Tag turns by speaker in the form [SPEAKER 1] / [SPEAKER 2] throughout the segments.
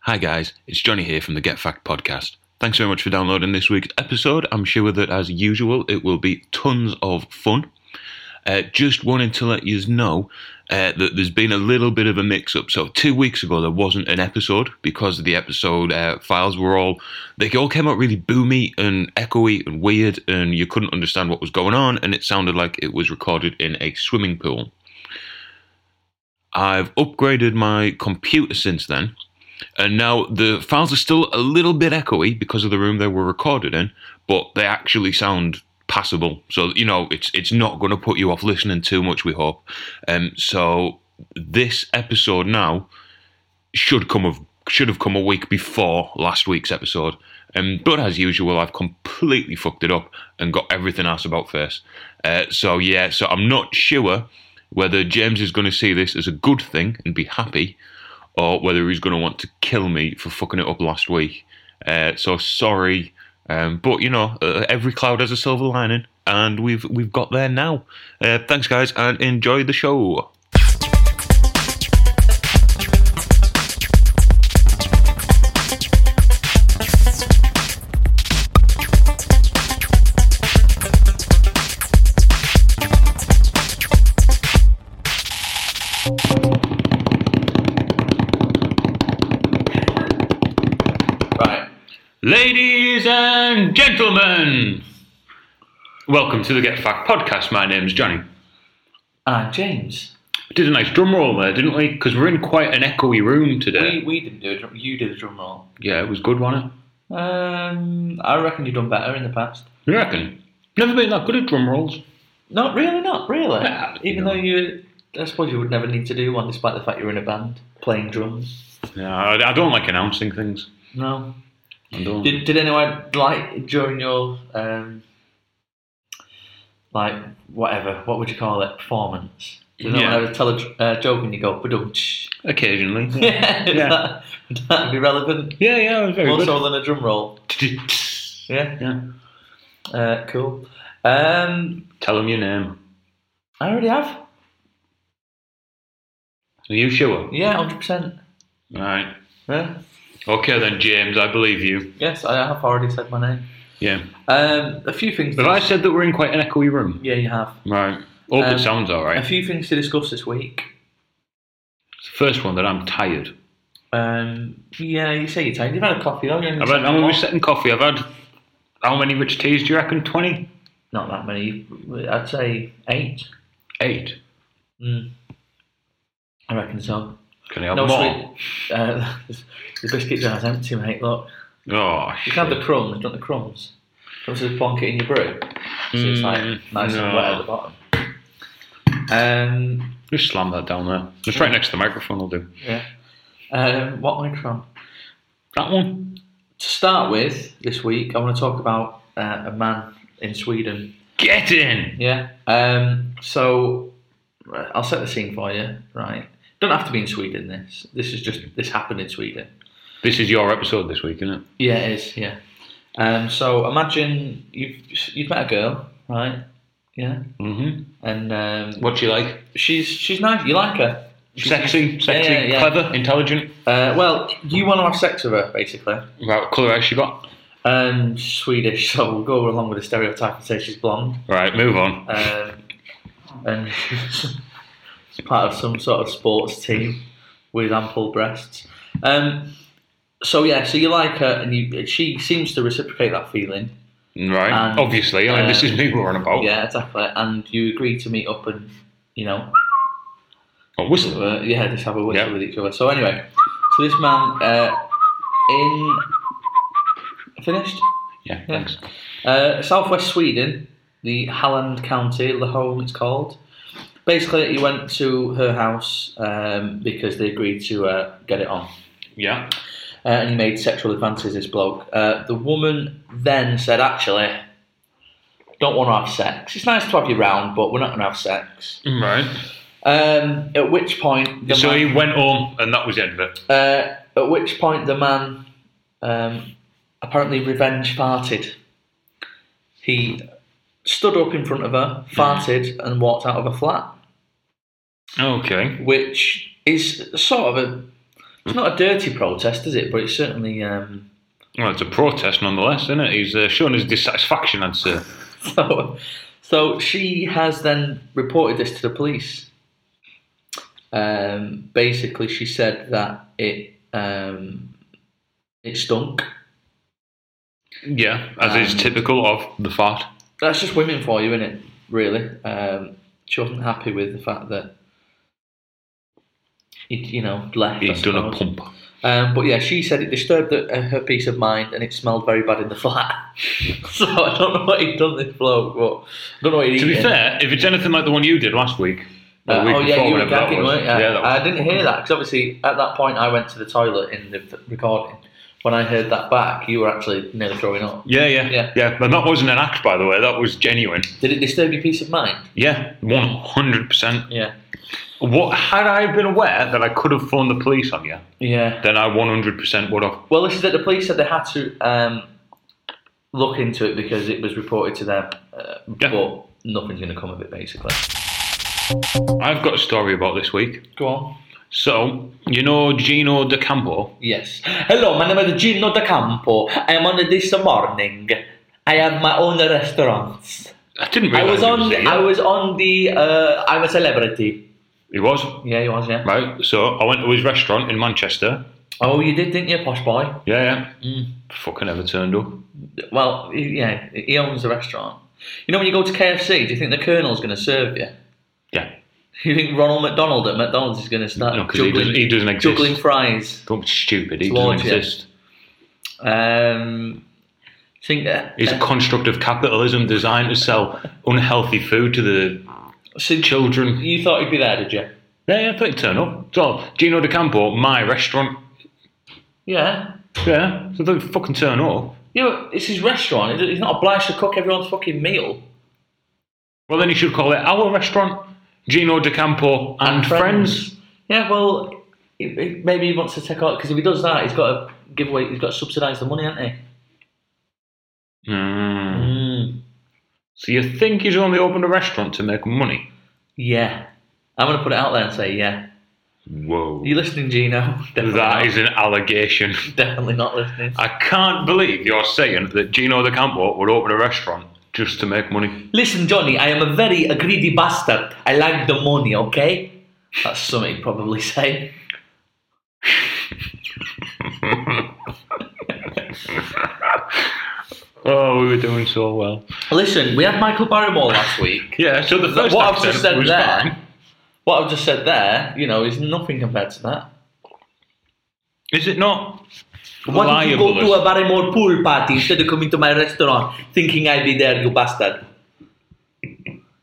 [SPEAKER 1] Hi guys, it's Johnny here from the Get Fact podcast. Thanks very much for downloading this week's episode. I'm sure that as usual it will be tons of fun. Uh, just wanted to let you know uh, that there's been a little bit of a mix up. So, two weeks ago, there wasn't an episode because the episode uh, files were all, they all came out really boomy and echoey and weird, and you couldn't understand what was going on, and it sounded like it was recorded in a swimming pool. I've upgraded my computer since then, and now the files are still a little bit echoey because of the room they were recorded in, but they actually sound passable. So you know it's it's not going to put you off listening too much. We hope. Um, so this episode now should come of should have come a week before last week's episode. Um, but as usual, I've completely fucked it up and got everything else about face. Uh, so yeah, so I'm not sure whether James is going to see this as a good thing and be happy, or whether he's going to want to kill me for fucking it up last week. Uh, so sorry, um, but you know, uh, every cloud has a silver lining, and we've we've got there now. Uh, thanks, guys, and enjoy the show. Right. Ladies and gentlemen, welcome to the Get Fact podcast. My name's Johnny.
[SPEAKER 2] Ah, James.
[SPEAKER 1] We did a nice drum roll there, didn't we? Because we're in quite an echoey room today.
[SPEAKER 2] We, we didn't do a drum. You did a drum roll.
[SPEAKER 1] Yeah, it was good, wasn't
[SPEAKER 2] Um, I reckon you've done better in the past.
[SPEAKER 1] it? You reckon? Never been that good at drum rolls.
[SPEAKER 2] Not really, not really.
[SPEAKER 1] Nah,
[SPEAKER 2] Even
[SPEAKER 1] no.
[SPEAKER 2] though you, I suppose you would never need to do one, despite the fact you're in a band playing drums.
[SPEAKER 1] No, I, I don't like announcing things.
[SPEAKER 2] No.
[SPEAKER 1] I don't.
[SPEAKER 2] Did, did anyone like during your um, like whatever? What would you call it? Performance. Did
[SPEAKER 1] Yeah.
[SPEAKER 2] anyone ever tell a dr- uh, joke and you go badumch?
[SPEAKER 1] Occasionally. Yeah,
[SPEAKER 2] Yeah.
[SPEAKER 1] Yeah.
[SPEAKER 2] That, that'd be relevant.
[SPEAKER 1] yeah, yeah it was very
[SPEAKER 2] More
[SPEAKER 1] good.
[SPEAKER 2] so than a drum roll. Yeah.
[SPEAKER 1] yeah.
[SPEAKER 2] Uh, cool. Um,
[SPEAKER 1] Tell them your name.
[SPEAKER 2] I already have.
[SPEAKER 1] Are you sure?
[SPEAKER 2] Yeah, hundred percent.
[SPEAKER 1] Right.
[SPEAKER 2] Yeah.
[SPEAKER 1] Okay then, James, I believe you.
[SPEAKER 2] Yes, I have already said my name.
[SPEAKER 1] Yeah.
[SPEAKER 2] Um, a few things.
[SPEAKER 1] Have I said that we're in quite an echoey room?
[SPEAKER 2] Yeah, you have.
[SPEAKER 1] Right. Hope
[SPEAKER 2] Um,
[SPEAKER 1] it sounds
[SPEAKER 2] A
[SPEAKER 1] alright.
[SPEAKER 2] few things to discuss this week.
[SPEAKER 1] First one that I'm tired.
[SPEAKER 2] Um, yeah, you say you're tired. You've had a coffee, haven't you?
[SPEAKER 1] I've had, I'm only setting coffee. I've had how many rich teas do you reckon? 20?
[SPEAKER 2] Not that many. I'd say eight.
[SPEAKER 1] Eight.
[SPEAKER 2] Mm. I reckon so.
[SPEAKER 1] Can I have
[SPEAKER 2] no
[SPEAKER 1] more?
[SPEAKER 2] sweet. Uh, the biscuit jar's empty, mate. Look,
[SPEAKER 1] Oh,
[SPEAKER 2] you can have
[SPEAKER 1] shit.
[SPEAKER 2] the crumbs, not the crumbs. Crumbs is plonk it in your brew, so it's like
[SPEAKER 1] Mm,
[SPEAKER 2] nice and
[SPEAKER 1] no.
[SPEAKER 2] wet at the bottom. Um,
[SPEAKER 1] Just slam that down there. It's right next to the microphone, I'll do.
[SPEAKER 2] yeah. Um, what micron?
[SPEAKER 1] That one?
[SPEAKER 2] To start with, this week I want to talk about uh, a man in Sweden.
[SPEAKER 1] Get in!
[SPEAKER 2] Yeah. Um, so right, I'll set the scene for you. Right. Don't have to be in Sweden. This. This is just this happened in Sweden.
[SPEAKER 1] This is your episode this week, isn't it?
[SPEAKER 2] Yeah, it is. Yeah. Um, so imagine you've you've met a girl, right? Yeah.
[SPEAKER 1] Mm-hmm.
[SPEAKER 2] And um,
[SPEAKER 1] What do you like?
[SPEAKER 2] she's she's nice. You like her. She's-
[SPEAKER 1] Sexy, sexy,
[SPEAKER 2] yeah, yeah.
[SPEAKER 1] clever, intelligent.
[SPEAKER 2] Uh, well, you want to have sex with her, basically.
[SPEAKER 1] Right, what colour has she got?
[SPEAKER 2] Um, Swedish. So we'll go along with the stereotype and say she's blonde.
[SPEAKER 1] Right, move on.
[SPEAKER 2] um, and it's part of some sort of sports team with ample breasts. Um, so yeah, so you like her, and you, she seems to reciprocate that feeling.
[SPEAKER 1] Right,
[SPEAKER 2] and,
[SPEAKER 1] obviously. I mean, this
[SPEAKER 2] uh,
[SPEAKER 1] is me we're on about.
[SPEAKER 2] Yeah, exactly. And you agree to meet up, and you know,
[SPEAKER 1] Oh, whistle.
[SPEAKER 2] uh, yeah, just have a whistle
[SPEAKER 1] Yeah.
[SPEAKER 2] with each other. So anyway, so this man uh, in finished
[SPEAKER 1] Yeah, thanks.
[SPEAKER 2] Uh, Southwest Sweden, the Halland County, the home it's called. Basically, he went to her house um, because they agreed to uh, get it on.
[SPEAKER 1] Yeah.
[SPEAKER 2] uh, and he made sexual advances. This bloke. Uh, the woman then said, "Actually, don't want to have sex. It's nice to have you round, but we're not going to have sex."
[SPEAKER 1] Right.
[SPEAKER 2] Um, at which point, the
[SPEAKER 1] so
[SPEAKER 2] Mm. man,
[SPEAKER 1] he went home, and that was the end of it.
[SPEAKER 2] uh, at which point the man um, apparently revenge farted. He stood up in front of her, farted, and walked out of her flat.
[SPEAKER 1] Okay.
[SPEAKER 2] which is sort of a it's not a dirty protest, is it? But it's certainly um,
[SPEAKER 1] Well, it's a protest nonetheless, isn't it? He's uh, shown his dissatisfaction, I'd say.
[SPEAKER 2] so. So she has then reported this to the police. Um, basically, she said that it um, it stunk.
[SPEAKER 1] Yeah, as is
[SPEAKER 2] Um,
[SPEAKER 1] typical of the fart.
[SPEAKER 2] That's just women for you, isn't it? Really, um, she wasn't happy with the fact that you, you know left. I
[SPEAKER 1] He'd done a
[SPEAKER 2] suppose.
[SPEAKER 1] pump.
[SPEAKER 2] Um, but yeah, she said it disturbed the, uh, her peace of mind and it smelled very bad in the flat. so I don't know what he'd done this bloke, but I don't know what he'd
[SPEAKER 1] To be
[SPEAKER 2] eaten.
[SPEAKER 1] fair, if it's anything like the one you did last week, or
[SPEAKER 2] Uh,
[SPEAKER 1] the week
[SPEAKER 2] oh yeah,
[SPEAKER 1] before,
[SPEAKER 2] you were
[SPEAKER 1] whenever that
[SPEAKER 2] gagging,
[SPEAKER 1] was.
[SPEAKER 2] weren't you? Uh, Yeah,
[SPEAKER 1] that was-
[SPEAKER 2] I didn't hear that because obviously at that point I went to the toilet in the the recording. When I heard that back, you were actually nearly throwing up.
[SPEAKER 1] yeah, yeah,
[SPEAKER 2] Yeah.
[SPEAKER 1] yeah, And that wasn't an act, by the way. That was genuine.
[SPEAKER 2] Did it disturb your peace of mind?
[SPEAKER 1] Yeah, one hundred percent.
[SPEAKER 2] Yeah.
[SPEAKER 1] What had I been aware that I could have phoned the police on you?
[SPEAKER 2] Yeah.
[SPEAKER 1] Then I one hundred percent would have.
[SPEAKER 2] Well, this is that the police said they had to um, look into it because it was reported to them, uh,
[SPEAKER 1] Yeah.
[SPEAKER 2] but nothing's going to come of it basically.
[SPEAKER 1] I've got a story about this week.
[SPEAKER 2] Go on.
[SPEAKER 1] So you know Gino De Campo.
[SPEAKER 2] Yes. Hello, my name is Gino Da Campo. I am on this morning. I have my own restaurant.
[SPEAKER 1] I didn't
[SPEAKER 2] I
[SPEAKER 1] realize
[SPEAKER 2] was on. I was on the. Uh, I'm a celebrity.
[SPEAKER 1] He was
[SPEAKER 2] Yeah, you was. Yeah.
[SPEAKER 1] right. So I went to his restaurant in Manchester.
[SPEAKER 2] Oh, you did, didn't you, posh boy?
[SPEAKER 1] Yeah, yeah.
[SPEAKER 2] Mm.
[SPEAKER 1] Fucking ever turned up.
[SPEAKER 2] Well, he- yeah, he owns the restaurant. You know, when you go to KFC, do you think the Colonel's going to serve you?
[SPEAKER 1] Yeah.
[SPEAKER 2] You think Ronald McDonald at McDonald's is going to start
[SPEAKER 1] No, 'cause he
[SPEAKER 2] juggling,
[SPEAKER 1] doesn't- he doesn't exist.
[SPEAKER 2] juggling fries?
[SPEAKER 1] Don't be stupid. He doesn't
[SPEAKER 2] Lord, yeah.
[SPEAKER 1] exist.
[SPEAKER 2] Um, think that
[SPEAKER 1] It's a construct of capitalism designed to sell unhealthy food to the
[SPEAKER 2] so
[SPEAKER 1] children.
[SPEAKER 2] you thought he'd be there, did you?
[SPEAKER 1] Yeah, yeah, I thought he'd turn up. So, Gino De Campo, my restaurant.
[SPEAKER 2] Yeah.
[SPEAKER 1] Yeah, so they fucking turn up.
[SPEAKER 2] You know, it's his restaurant. He's he's not obliged to cook everyone's fucking meal.
[SPEAKER 1] Well, then you should call it our restaurant, Gino De Campo and, friends.
[SPEAKER 2] Yeah, well, it- it- maybe he wants to take out because if he does that, he's got to give away. He's got to subsidise the money, hasn't he?
[SPEAKER 1] Mm. So you think he's only opened a restaurant to make money?
[SPEAKER 2] Yeah, I'm gonna put it out there and say yeah.
[SPEAKER 1] Whoa.
[SPEAKER 2] Are you listening, Gino? Definitely
[SPEAKER 1] That
[SPEAKER 2] not.
[SPEAKER 1] is an allegation.
[SPEAKER 2] definitely not listening.
[SPEAKER 1] I can't believe you're saying that Gino De Campo would open a restaurant just to make money.
[SPEAKER 2] Listen, Johnny, I am a very a greedy bastard. I like the money, okay? That's something he'd probably say.
[SPEAKER 1] Oh, we were doing so well.
[SPEAKER 2] Listen, we had Michael Barrymore last week.
[SPEAKER 1] Yeah, so the first
[SPEAKER 2] what I've
[SPEAKER 1] accent
[SPEAKER 2] just said
[SPEAKER 1] was
[SPEAKER 2] there-
[SPEAKER 1] fine.
[SPEAKER 2] What I've just said there, you know, is nothing compared to that.
[SPEAKER 1] Is it not?
[SPEAKER 2] Why don't you go
[SPEAKER 1] liable
[SPEAKER 2] to
[SPEAKER 1] as-
[SPEAKER 2] a Barrymore pool party instead of coming to my restaurant thinking I'll be there, you bastard?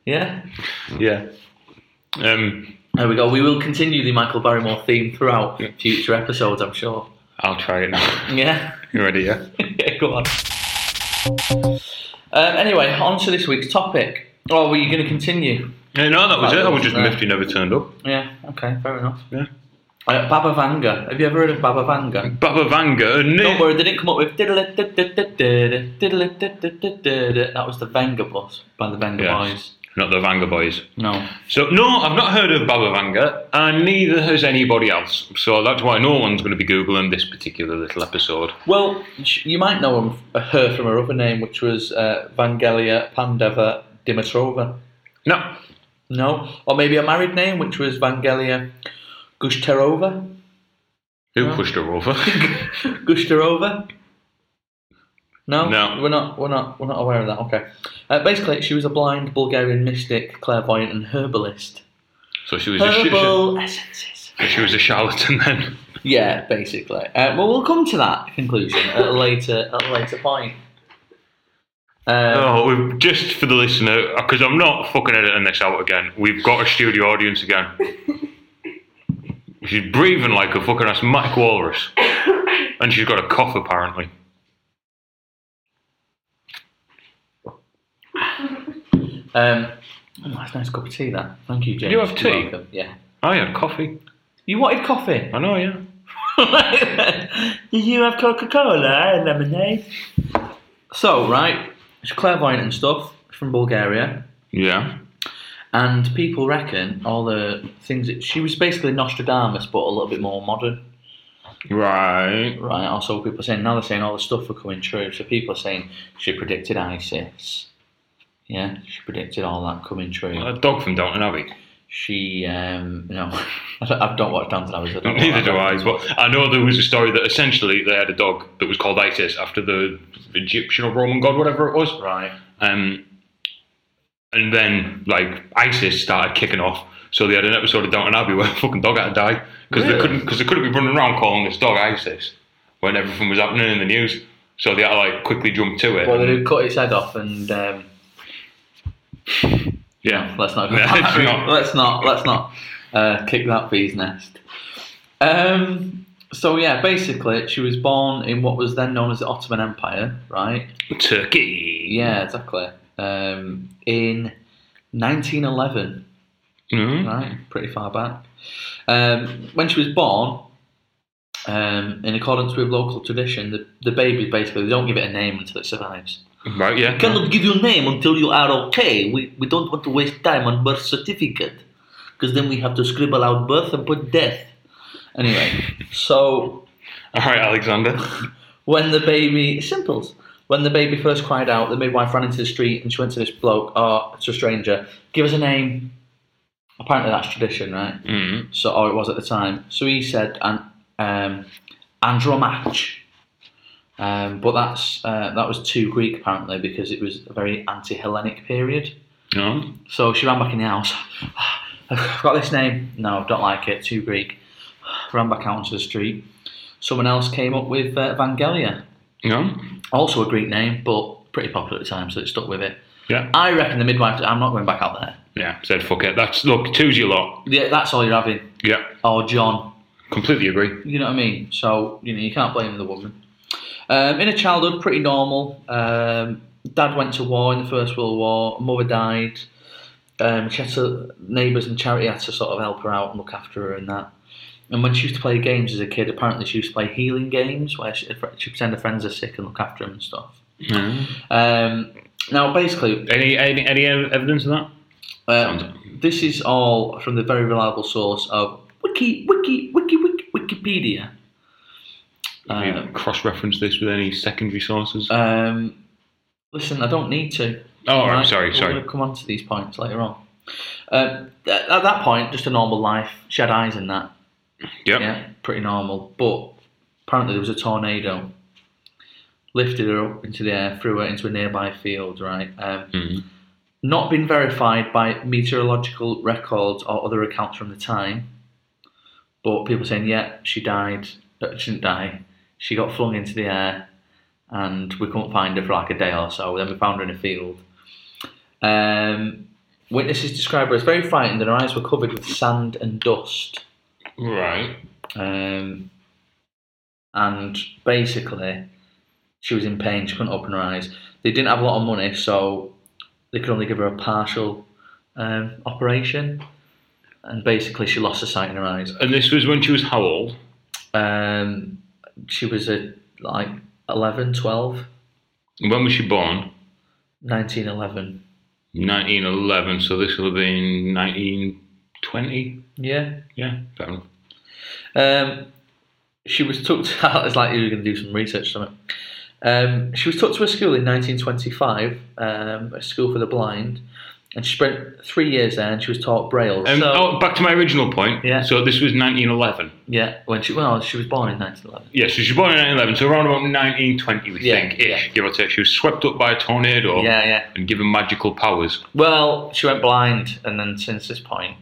[SPEAKER 2] Yeah?
[SPEAKER 1] Yeah. Um,
[SPEAKER 2] There we go. We will continue the Michael Barrymore theme throughout future episodes, I'm sure.
[SPEAKER 1] I'll try it now.
[SPEAKER 2] Yeah?
[SPEAKER 1] you ready? Yeah.
[SPEAKER 2] yeah, go on. Um, anyway, on to this week's topic. Oh, were you going to continue?
[SPEAKER 1] Yeah, no, that was it. I was just
[SPEAKER 2] Right.
[SPEAKER 1] miffed you never turned up.
[SPEAKER 2] Yeah, okay, fair enough.
[SPEAKER 1] Yeah.
[SPEAKER 2] Uh, Baba Vanga. Have you ever heard of Baba Vanga?
[SPEAKER 1] Baba Vanga. No.
[SPEAKER 2] Don't worry, they didn't come up with diddle That was the Vanga bus by the Vanga
[SPEAKER 1] Yeah.
[SPEAKER 2] Boys.
[SPEAKER 1] Not the Vanga boys.
[SPEAKER 2] No.
[SPEAKER 1] So no, I've not heard of Baba Vanga, and neither has anybody else. So that's why no one's going to be googling this particular little episode.
[SPEAKER 2] Well, sh- you might know him, her from her other name, which was uh, Vangelia Pandeva Dimitrova.
[SPEAKER 1] No.
[SPEAKER 2] No, or maybe a married name, which was Vangelia Gushterova.
[SPEAKER 1] Who pushed her over?
[SPEAKER 2] Gushterova. No,
[SPEAKER 1] No.
[SPEAKER 2] we're not, we're not, we're not aware of that. Okay. Uh, basically, she was a blind Bulgarian mystic, clairvoyant, and herbalist.
[SPEAKER 1] so she was a sh-
[SPEAKER 2] Herbal essences.
[SPEAKER 1] sh- she was a charlatan then.
[SPEAKER 2] Yeah, basically. Uh, well, we'll come to that conclusion at a later, at a later point. Um,
[SPEAKER 1] Oh, we've, just for the listener, because I'm not fucking editing this out again. We've got a studio audience again. She's breathing like a fucking ass Mike Walrus. And she's got a cough, apparently.
[SPEAKER 2] Um, oh, that's a nice cup of tea, that. Thank you, James.
[SPEAKER 1] you have
[SPEAKER 2] You're
[SPEAKER 1] tea?
[SPEAKER 2] welcome. Yeah.
[SPEAKER 1] I had Oh, coffee.
[SPEAKER 2] You wanted coffee?
[SPEAKER 1] I know, yeah.
[SPEAKER 2] Did you have Eh, Coca Cola and lemonade? So, right, she's clairvoyant and stuff from Bulgaria.
[SPEAKER 1] Yeah.
[SPEAKER 2] And people reckon all the things that she was basically Nostradamus, but a little bit more modern,
[SPEAKER 1] Right.
[SPEAKER 2] right? Also, people are saying now they're saying all the stuff are coming true. So people are saying she predicted ISIS, yeah, she predicted all that coming true.
[SPEAKER 1] A dog from Downton Abbey.
[SPEAKER 2] She, um, no, I don't- I don't watch Downton Abbey. so I don't know
[SPEAKER 1] Neither
[SPEAKER 2] what
[SPEAKER 1] do
[SPEAKER 2] that-
[SPEAKER 1] I. But I know there was a story that essentially they had a dog that was called Isis after the Egyptian or Roman god, whatever it was.
[SPEAKER 2] Right.
[SPEAKER 1] Um, and then like ISIS started kicking off, so they had an episode of Downton Abbey where a fucking dog had to die because they
[SPEAKER 2] Really?
[SPEAKER 1] couldn't because they couldn't be running around calling this dog ISIS when everything was happening in the news. So they had to like quickly jump to it.
[SPEAKER 2] Well, they cut its head off, and um,
[SPEAKER 1] yeah,
[SPEAKER 2] let's not.
[SPEAKER 1] No, it's not.
[SPEAKER 2] Let's not. Let's not uh, kick that bee's nest. Um. So yeah, basically, she was born in what was then known as the Ottoman Empire, right?
[SPEAKER 1] Turkey.
[SPEAKER 2] Yeah, exactly. Um, in 1911,
[SPEAKER 1] Mhm.
[SPEAKER 2] right? Pretty far back. Um, when she was born, um, in accordance with local tradition, the, the baby basically they don't give it a name until it survives.
[SPEAKER 1] Right. Yeah.
[SPEAKER 2] Cannot give you a name until you are okay. We we don't want to waste time on birth certificate, because then we have to scribble out birth and put death. Anyway, so
[SPEAKER 1] All right, Alexander.
[SPEAKER 2] when the baby simples when the baby first cried out the midwife ran into the street and she went to this bloke oh it's a stranger give us a name apparently that's tradition right
[SPEAKER 1] Mhm.
[SPEAKER 2] so or it was at the time so he said and um andromach um, but that's uh, that was too Greek apparently because it was a very anti-Hellenic period.
[SPEAKER 1] No.
[SPEAKER 2] So she ran back in the house. I've got this name. No, don't like it. Too Greek. Ran back out onto the street. Someone else came up with uh, Vangelia,
[SPEAKER 1] No.
[SPEAKER 2] also a Greek name, but pretty popular at the time, so it stuck with it.
[SPEAKER 1] Yeah.
[SPEAKER 2] I reckon the midwife. I'm not going back out there.
[SPEAKER 1] Yeah. Said fuck it. That's look. Two's your lot.
[SPEAKER 2] Yeah, that's all you're having.
[SPEAKER 1] Yeah.
[SPEAKER 2] Or John.
[SPEAKER 1] Completely agree.
[SPEAKER 2] You know what I mean? So you know you can't blame the woman. Um, in her childhood, pretty normal. Um, dad went to war in the First World War. Mother died. Um, she had to neighbours and charity had to sort of help her out and look after her and that. And when she used to play games as a kid, apparently she used to play healing games where she she pretend her friends are sick and look after them and stuff. Um, now, basically,
[SPEAKER 1] Any, any any ev- evidence of that?
[SPEAKER 2] Uh, this is all from the very reliable source of Wiki, Wiki, Wiki, Wiki Wikipedia. Uh,
[SPEAKER 1] cross reference this with any secondary sources?
[SPEAKER 2] um, listen, I don't need to.
[SPEAKER 1] oh, all right,
[SPEAKER 2] right?
[SPEAKER 1] sorry,
[SPEAKER 2] We're
[SPEAKER 1] sorry.
[SPEAKER 2] gonna come on to these points later on. Uh, at at that point, just a normal life. She had eyes and that.
[SPEAKER 1] Yep.
[SPEAKER 2] Yeah, pretty normal. But apparently, there was a tornado. Lifted her up into the air, threw her into a nearby field, right? Um,
[SPEAKER 1] Mhm.
[SPEAKER 2] Not been verified by meteorological records or other accounts from the time, but people saying, yeah, she died. Uh, She didn't die. She got flung into the air, and we couldn't find her for like a day or so. Then we found her in a field. Um, witnesses described her as very frightened, and her eyes were covered with sand and dust.
[SPEAKER 1] Right.
[SPEAKER 2] Um, and basically, she was in pain. She couldn't open her eyes. They didn't have a lot of money, so they could only give her a partial um, operation. And basically, she lost her sight in her eyes.
[SPEAKER 1] And this was when she was how old?
[SPEAKER 2] Um, she was a, like 11, 12,
[SPEAKER 1] When was she born?
[SPEAKER 2] 1911.
[SPEAKER 1] 1911. So this will have been 1920.
[SPEAKER 2] Yeah.
[SPEAKER 1] Yeah. Fair enough.
[SPEAKER 2] Um, she was took out. It's like you were going to do some research on it. Um, she was took to a school in 1925, um, a school for the blind, and she spent three years there. And she was taught Braille.
[SPEAKER 1] Um,
[SPEAKER 2] so
[SPEAKER 1] oh, back to my original point.
[SPEAKER 2] Yeah.
[SPEAKER 1] So this was 1911.
[SPEAKER 2] yeah, when she well, she was born in 1911.
[SPEAKER 1] Yeah. So she was born in 1911. So around about 1920, we
[SPEAKER 2] Yeah,
[SPEAKER 1] think, ish,
[SPEAKER 2] yeah.
[SPEAKER 1] give or take. She was swept up by a tornado.
[SPEAKER 2] Yeah, yeah.
[SPEAKER 1] And given magical powers.
[SPEAKER 2] Well, she went blind, and then since this point,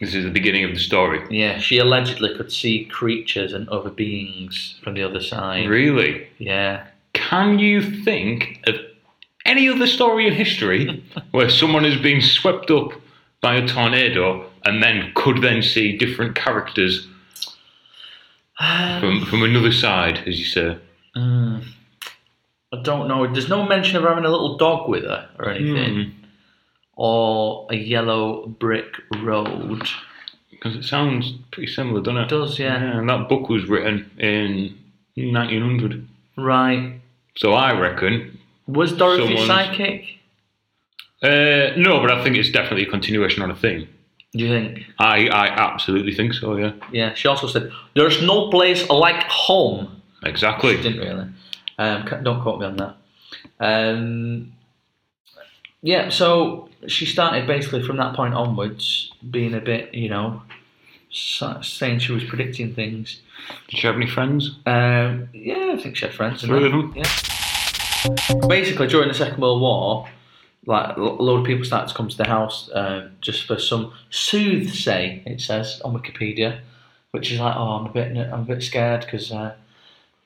[SPEAKER 1] This is the beginning of the story.
[SPEAKER 2] yeah, she allegedly could see creatures and other beings from the other side.
[SPEAKER 1] Really?
[SPEAKER 2] Yeah,
[SPEAKER 1] Can you think of any other story in history where someone has been swept up by a tornado and then could then see different characters
[SPEAKER 2] Um,
[SPEAKER 1] from from another side, as you say.
[SPEAKER 2] mm, I don't know. There's no mention of having a little dog with her or
[SPEAKER 1] Hmm.
[SPEAKER 2] anything, or a yellow brick road.
[SPEAKER 1] Because it sounds pretty similar, doesn't it?
[SPEAKER 2] It does, yeah.
[SPEAKER 1] And that book was written in 1900.
[SPEAKER 2] Right.
[SPEAKER 1] So I reckon.
[SPEAKER 2] Was Dorothy
[SPEAKER 1] Someone's-
[SPEAKER 2] psychic?
[SPEAKER 1] Uh, no, but I think it's definitely a continuation on a theme.
[SPEAKER 2] Do you think?
[SPEAKER 1] I, I absolutely think so, yeah.
[SPEAKER 2] Yeah. She also said, "There's no place like home."
[SPEAKER 1] Exactly.
[SPEAKER 2] Didn't really. Um, c- don't quote me on that. Um, yeah. So she started basically from that point onwards being a bit, you know, sa- saying she was predicting things.
[SPEAKER 1] Did you have any friends?
[SPEAKER 2] Um, yeah, I think she had friends. didn't
[SPEAKER 1] Three
[SPEAKER 2] I?
[SPEAKER 1] of them?
[SPEAKER 2] Yeah. Basically, during the Second World War, like a lot of people started to come to the house um, just for some soothsay. It says on Wikipedia, which is like, oh, I'm a bit, I'm a bit scared because, uh,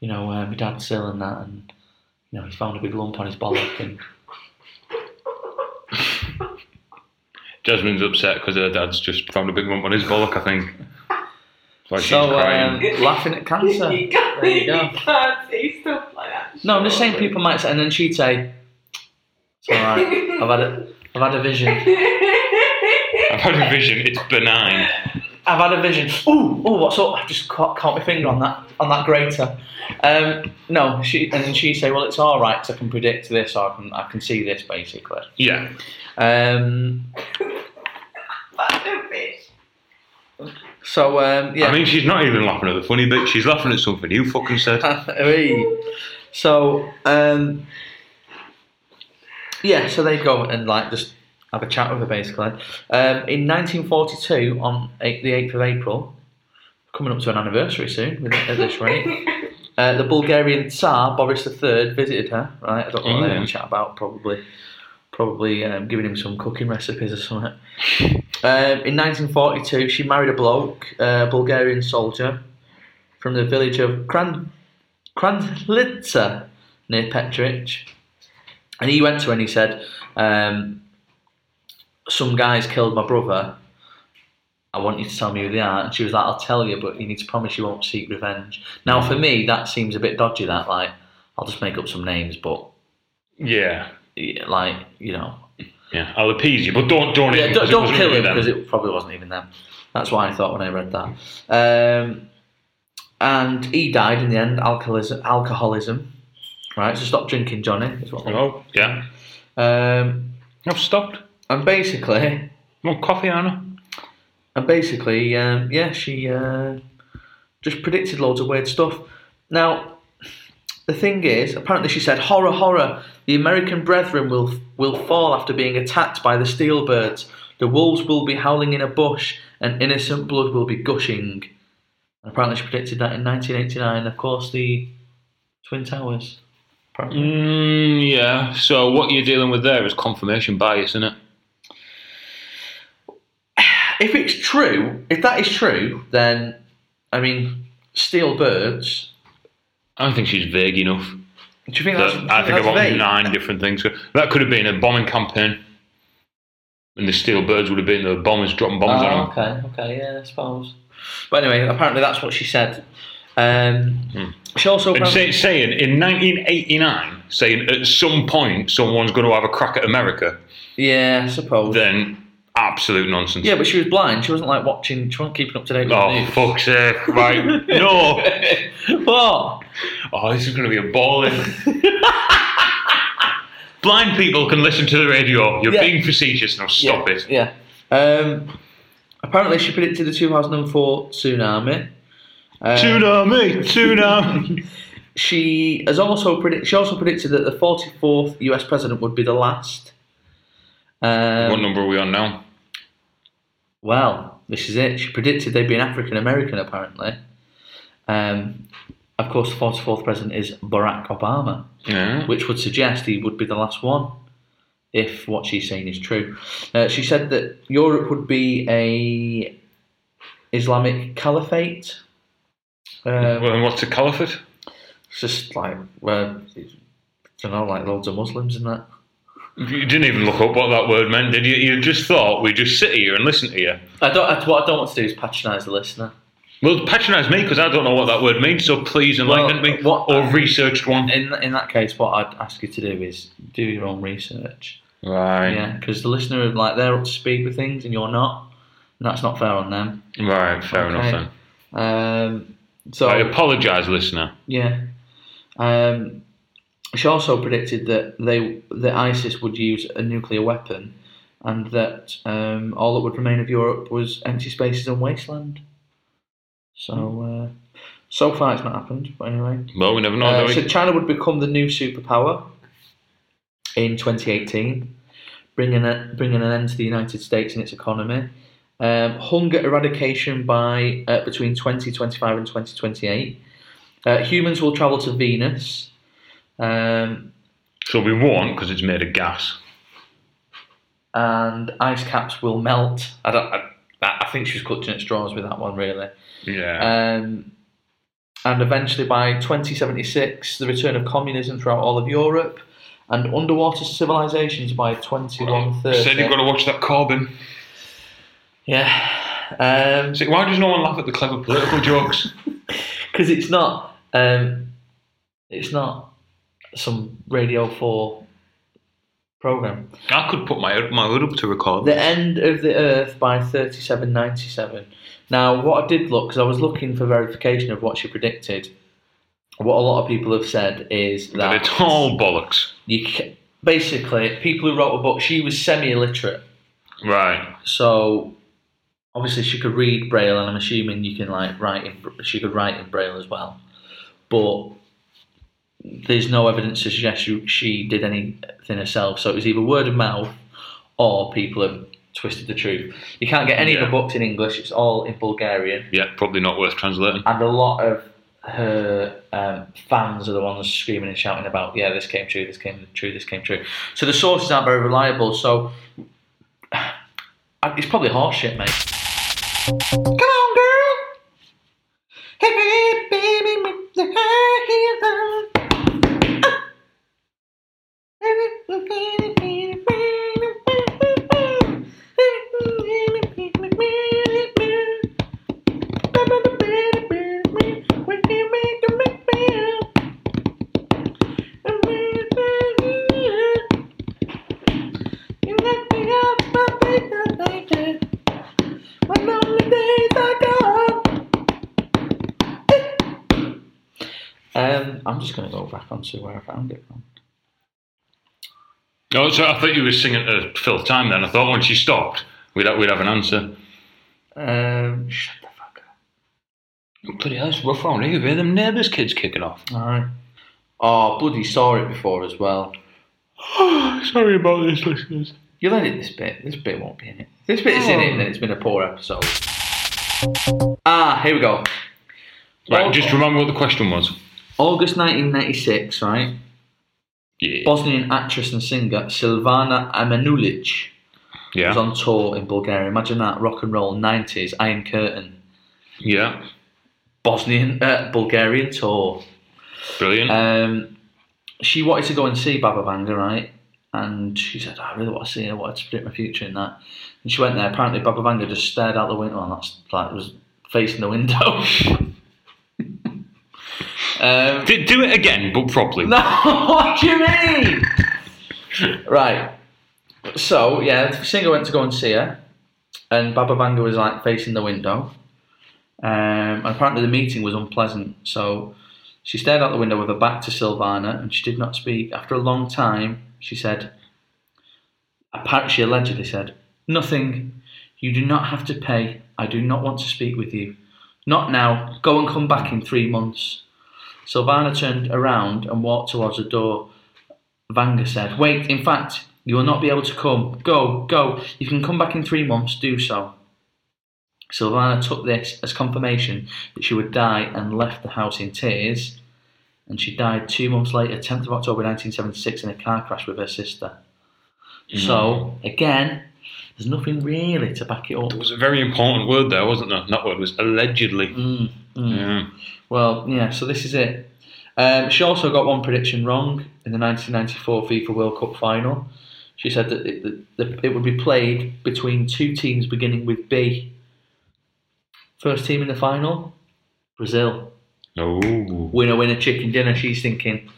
[SPEAKER 2] you know, uh, my dad's ill and that, and you know, he's found a big lump on his bollock, and
[SPEAKER 1] Jasmine's upset because her dad's just found a big lump on his bollock, I think. That's why Oh, she's
[SPEAKER 2] so um,
[SPEAKER 1] crying.
[SPEAKER 2] laughing at cancer.
[SPEAKER 3] You can't,
[SPEAKER 2] There you go.
[SPEAKER 3] can't say stuff like that.
[SPEAKER 2] No, I'm just saying people might say, and then she'd say, "It's all right. I've had a, I've had a vision."
[SPEAKER 1] I've had a vision, it's benign.
[SPEAKER 2] I've had a vision. Ooh, ooh, what's up? I just can't, can't my finger on that on that grater. Um, no, she and then she say, well, it's all right 'cause I can predict this, or I can I can see this basically.
[SPEAKER 1] Yeah.
[SPEAKER 2] Um,
[SPEAKER 3] That's a fish.
[SPEAKER 2] so um, yeah,
[SPEAKER 1] I mean, she's not even laughing at the funny bit, she's laughing at something you fucking said.
[SPEAKER 2] Hey. so um, yeah, so they go and like just have a chat with her basically. Um, in 1942, on eight, the 8th of April, coming up to an anniversary soon with- at this rate. Uh, the Bulgarian Tsar Boris III visited her. Right, I don't know what they're going
[SPEAKER 1] Mm.
[SPEAKER 2] to chat about. Probably, probably um, giving him some cooking recipes or something. Um, in 1942, she married a bloke, a Bulgarian soldier, from the village of Kran Kranjlica near Petrich, and he went to her and he said, um, "Some guys killed my brother." I want you to tell me who they are. And she was like, I'll tell you, but you need to promise you won't seek revenge. Now, for me, that seems a bit dodgy, that. Like, I'll just make up some names, but,
[SPEAKER 1] Yeah.
[SPEAKER 2] yeah, like, you know.
[SPEAKER 1] Yeah, I'll appease you, but don't don't
[SPEAKER 2] Yeah,
[SPEAKER 1] even-
[SPEAKER 2] don't,
[SPEAKER 1] 'cause it
[SPEAKER 2] don't
[SPEAKER 1] wasn't
[SPEAKER 2] kill
[SPEAKER 1] really
[SPEAKER 2] him
[SPEAKER 1] them.
[SPEAKER 2] because it probably wasn't even them. That's what I thought when I read that. Um, and he died in the end, alcoholism. alcoholism. Right, so stop drinking, Johnny. Is what
[SPEAKER 1] Oh, yeah.
[SPEAKER 2] um,
[SPEAKER 1] I've stopped.
[SPEAKER 2] and basically,
[SPEAKER 1] Want coffee, Anna?
[SPEAKER 2] And basically, um, yeah, she uh, just predicted loads of weird stuff. Now, the thing is, apparently she said, "Horror, horror! The American brethren will will fall after being attacked by the steelbirds. The wolves will be howling in a bush, and innocent blood will be gushing." And apparently, she predicted that in 1989. Of course, the Twin Towers. Apparently.
[SPEAKER 1] Mm, yeah. So what you're dealing with there is confirmation bias, isn't it?
[SPEAKER 2] If it's true, if that is true, then I mean, steelbirds.
[SPEAKER 1] I don't think she's vague enough.
[SPEAKER 2] Do you think
[SPEAKER 1] That-
[SPEAKER 2] that's? do you
[SPEAKER 1] I think
[SPEAKER 2] that's
[SPEAKER 1] about
[SPEAKER 2] vague?
[SPEAKER 1] nine different things. That could have been a bombing campaign, and the steel birds would have been the bombers dropping bombs on
[SPEAKER 2] Oh,
[SPEAKER 1] them.
[SPEAKER 2] okay, okay, yeah, I suppose. But anyway, apparently that's what she said. Um,
[SPEAKER 1] Hmm.
[SPEAKER 2] She also
[SPEAKER 1] And say, saying in 1989, saying at some point someone's going to have a crack at America,
[SPEAKER 2] yeah, I suppose.
[SPEAKER 1] then absolute nonsense.
[SPEAKER 2] Yeah, but she was blind. She wasn't like watching. She wasn't keeping up to date with
[SPEAKER 1] Oh
[SPEAKER 2] the
[SPEAKER 1] fuck's sake! Right? no.
[SPEAKER 2] news. What?
[SPEAKER 1] Oh, this is going to be a balling. Blind people can listen to the radio. You're
[SPEAKER 2] Yeah.
[SPEAKER 1] being facetious now. Stop
[SPEAKER 2] yeah,
[SPEAKER 1] it.
[SPEAKER 2] Yeah. Um, apparently, she predicted the 2004 tsunami. Um,
[SPEAKER 1] Tsunami, tsunami.
[SPEAKER 2] She has also predict. She also predicted that the 44th U.S. president would be the last. Um,
[SPEAKER 1] what number are we on now?
[SPEAKER 2] Well, this is it. She predicted they'd be an African American, apparently. Um, of course, the 44th president is Barack Obama,
[SPEAKER 1] Yeah.
[SPEAKER 2] which would suggest he would be the last one, if what she's saying is true. Uh, she said that Europe would be a Islamic caliphate. Um,
[SPEAKER 1] Well, and what's a caliphate?
[SPEAKER 2] it's just like, well, I don't know, like loads of Muslims and that.
[SPEAKER 1] You didn't even look up what that word meant, did you? You just thought we'd just sit here and listen to you.
[SPEAKER 2] I don't. I, what I don't want to do is patronise the listener.
[SPEAKER 1] Well, patronise me because I don't know what that word means. So please enlighten
[SPEAKER 2] Well,
[SPEAKER 1] me.
[SPEAKER 2] what- uh, eh,
[SPEAKER 1] or researched one.
[SPEAKER 2] In in that case, what I'd ask you to do is do your own research.
[SPEAKER 1] Right.
[SPEAKER 2] Yeah, because the listener is like they're up to speed with things and you're not, and that's not fair on them.
[SPEAKER 1] Right. Fair enough
[SPEAKER 2] Okay.
[SPEAKER 1] then.
[SPEAKER 2] Um, so
[SPEAKER 1] I apologise, listener.
[SPEAKER 2] yeah, um, she also predicted that they that ISIS would use a nuclear weapon, and that um, all that would remain of Europe was empty spaces and wasteland. So uh, so far it's not happened, but anyway.
[SPEAKER 1] Well, we never know.
[SPEAKER 2] Uh,
[SPEAKER 1] do we?
[SPEAKER 2] so China would become the new superpower in 2018, bringing a, bringing an end to the United States and its economy. Um, hunger eradication by uh, between 2025 and 2028. Uh, humans will travel to Venus. Um,
[SPEAKER 1] So we won't because it's made of gas.
[SPEAKER 2] and ice caps will melt. I don't. I, I think she's clutching at straws with that one, really.
[SPEAKER 1] Yeah.
[SPEAKER 2] Um, and eventually, by 2076, the return of communism throughout all of Europe and underwater civilizations by Uh,
[SPEAKER 1] Said you've got
[SPEAKER 2] 2130.
[SPEAKER 1] to watch that Corbyn.
[SPEAKER 2] Yeah. Um, Because
[SPEAKER 1] See, why does no one laugh at the clever political jokes?
[SPEAKER 2] it's not. Um, it's not some Radio 4 program.
[SPEAKER 1] I could put my my hood up to record.
[SPEAKER 2] The end of the Earth by 3797. Now, what I did look, because I was looking for verification of what she predicted, what a lot of people have said is that.
[SPEAKER 1] but it's all bollocks.
[SPEAKER 2] you ca- basically people who wrote a book she was semi-illiterate
[SPEAKER 1] Right.
[SPEAKER 2] so obviously she could read braille and i'm assuming you can like write in Br- she could write in braille as well but there's no evidence to suggest she, she did anything herself so it was either word of mouth or people have twisted the truth you can't get any of
[SPEAKER 1] Yeah.
[SPEAKER 2] her books in english it's all in bulgarian
[SPEAKER 1] Yeah, probably not worth translating.
[SPEAKER 2] and a lot of her um, fans are the ones screaming and shouting about, yeah, this came true, this came true, this came true. So the sources aren't very reliable. So it's probably horseshit, mate. Come on, girl. Hey, baby, with the high heels on. Um, I'm just going to go back onto where I found it from.
[SPEAKER 1] Oh, so I thought you were singing to fill time then. I thought when she stopped, we'd have, we'd have an answer.
[SPEAKER 2] Um, shut the fuck up.
[SPEAKER 1] Oh, Bloody hell, it's rough around here. You hear them neighbours' kids kicking off.
[SPEAKER 2] All right. Oh, bloody saw it before as well.
[SPEAKER 1] Sorry about this, listeners.
[SPEAKER 2] You'll edit this bit. This bit won't be in it. This bit is in it, and it's been a poor episode. Ah, here we go.
[SPEAKER 1] Right,
[SPEAKER 2] Aug-
[SPEAKER 1] just remember what the question was.
[SPEAKER 2] August 1996, right?
[SPEAKER 1] Yeah.
[SPEAKER 2] Bosnian actress and singer Silvana Amenulic was
[SPEAKER 1] Yeah.
[SPEAKER 2] on tour in Bulgaria. Imagine that rock and roll 90s, Iron Curtain.
[SPEAKER 1] Yeah.
[SPEAKER 2] Bosnian, uh, Bulgarian tour.
[SPEAKER 1] Brilliant.
[SPEAKER 2] Um, she wanted to go and see Baba Vanga, right? And she said, "Oh, I really want to see her. I wanted to predict my future in that. And she went there. Apparently, Baba Vanga just stared out the window and that's like was facing the window. um,
[SPEAKER 1] Did do it again, but properly.
[SPEAKER 2] no, what do you mean? right. So yeah, the singer went to go and see her, and Baba Vanga was like facing the window. Um, and apparently the meeting was unpleasant, so she stared out the window with her back to Silvana, and she did not speak. After a long time, she said, apparently she allegedly said, "Nothing. You do not have to pay. I do not want to speak with you. Not now. Go and come back in three months." Silvana turned around and walked towards the door. Vanga said, Wait, in fact, you will not be able to come. Go, go. You can come back in three months. Do so. Silvana took this as confirmation that she would die and left the house in tears. And she died two months later, 10th of October 1976, in a car crash with her sister. So, again, there's nothing really to back it up.
[SPEAKER 1] It was a very important word there, wasn't there? That word was allegedly.
[SPEAKER 2] Mm,
[SPEAKER 1] Yeah.
[SPEAKER 2] Well, yeah, so this is it. Um, she also got one prediction wrong in the 1994 FIFA World Cup final. She said that it, that, that it would be played between two teams beginning with B. First team in the final, Brazil.
[SPEAKER 1] Oh.
[SPEAKER 2] Winner, winner, chicken dinner. She's thinking,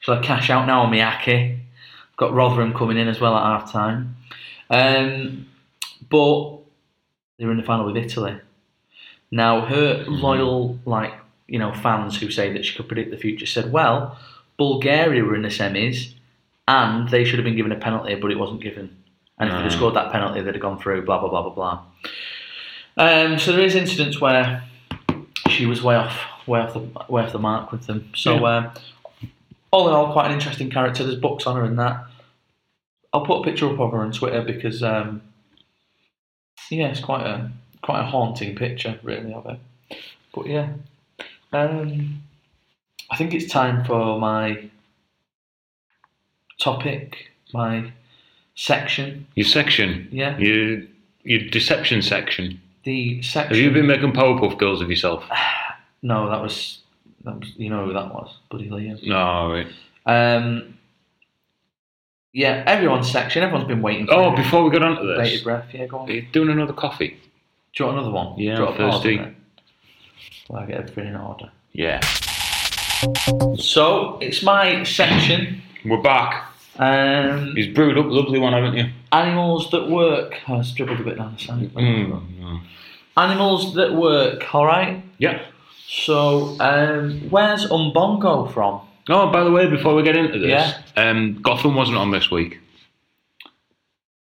[SPEAKER 2] shall I cash out now on my Aki? I've got Rotherham coming in as well at half time. Um, but they were in the final with Italy. Now, her loyal, like, you know, fans who say that she could predict the future said, well, Bulgaria were in the semis and they should have been given a penalty, but it wasn't given. And if they'd have
[SPEAKER 1] Ah.
[SPEAKER 2] scored that penalty, they'd have gone through, blah, blah, blah, blah, blah. Um, so there is incidents where she was way off, way off the, way off the mark with them. So, um, all in all, quite an interesting character. There's books on her and that. I'll put a picture up of her on Twitter because, um, yeah, it's quite a quite a haunting picture, really, of it. But yeah, um, I think it's time for my topic, my section.
[SPEAKER 1] Your section.
[SPEAKER 2] Yeah.
[SPEAKER 1] Your your deception section.
[SPEAKER 2] The section.
[SPEAKER 1] Have you been making Powerpuff Girls of yourself?
[SPEAKER 2] Ah. No, that was that was you know who that was, Buddy Liam.
[SPEAKER 1] No, all right.
[SPEAKER 2] Um, yeah, everyone's section. Everyone's been waiting. for
[SPEAKER 1] Oh,
[SPEAKER 2] it.
[SPEAKER 1] before we get on to
[SPEAKER 2] bated
[SPEAKER 1] this,
[SPEAKER 2] breath. Yeah, go on.
[SPEAKER 1] are you doing another coffee?
[SPEAKER 2] Do you want another one?
[SPEAKER 1] Yeah,
[SPEAKER 2] Do you
[SPEAKER 1] I'm
[SPEAKER 2] want a pause
[SPEAKER 1] thirsty.
[SPEAKER 2] on it? Well, I get everything in order.
[SPEAKER 1] Yeah.
[SPEAKER 2] So it's my section.
[SPEAKER 1] We're back.
[SPEAKER 2] Um,
[SPEAKER 1] He's brewed up a lovely one, haven't you?
[SPEAKER 2] animals that work. Oh, I scribbled a bit down the side.
[SPEAKER 1] Mm.
[SPEAKER 2] Animals that work. All right.
[SPEAKER 1] Yeah.
[SPEAKER 2] So um, where's Umbongo from?
[SPEAKER 1] Oh, by the way, before we get into this,
[SPEAKER 2] Yeah.
[SPEAKER 1] um, Gotham wasn't on this week.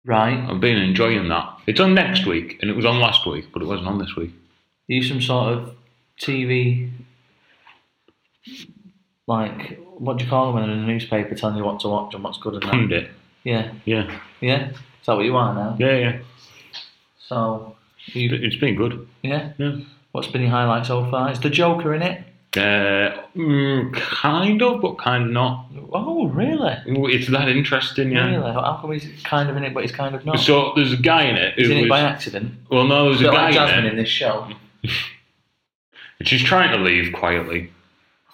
[SPEAKER 2] Right. Are
[SPEAKER 1] I've been enjoying that. It's on next week, and it was on last week, but it wasn't on this week.
[SPEAKER 2] you some sort of TV? Like what do you call them when they're in the newspaper telling you what to watch and what's good and that?
[SPEAKER 1] Pundit.
[SPEAKER 2] Yeah.
[SPEAKER 1] Yeah.
[SPEAKER 2] Yeah. Is that what you are now?
[SPEAKER 1] Yeah, yeah.
[SPEAKER 2] So you
[SPEAKER 1] It's been good.
[SPEAKER 2] yeah.
[SPEAKER 1] Yeah.
[SPEAKER 2] What's been your highlight so far? Is the Joker in it?
[SPEAKER 1] Uh, mm, kind of, but kind of not.
[SPEAKER 2] Oh, really?
[SPEAKER 1] It's that interesting, yeah.
[SPEAKER 2] Really? How come he's kind of in it, but he's kind of not?
[SPEAKER 1] So there's a guy in it who
[SPEAKER 2] he's in it
[SPEAKER 1] was-
[SPEAKER 2] by accident.
[SPEAKER 1] well, no, there's
[SPEAKER 2] A
[SPEAKER 1] a
[SPEAKER 2] bit
[SPEAKER 1] guy
[SPEAKER 2] like Jasmine
[SPEAKER 1] in
[SPEAKER 2] in
[SPEAKER 1] it.
[SPEAKER 2] this show.
[SPEAKER 1] She's trying to leave quietly.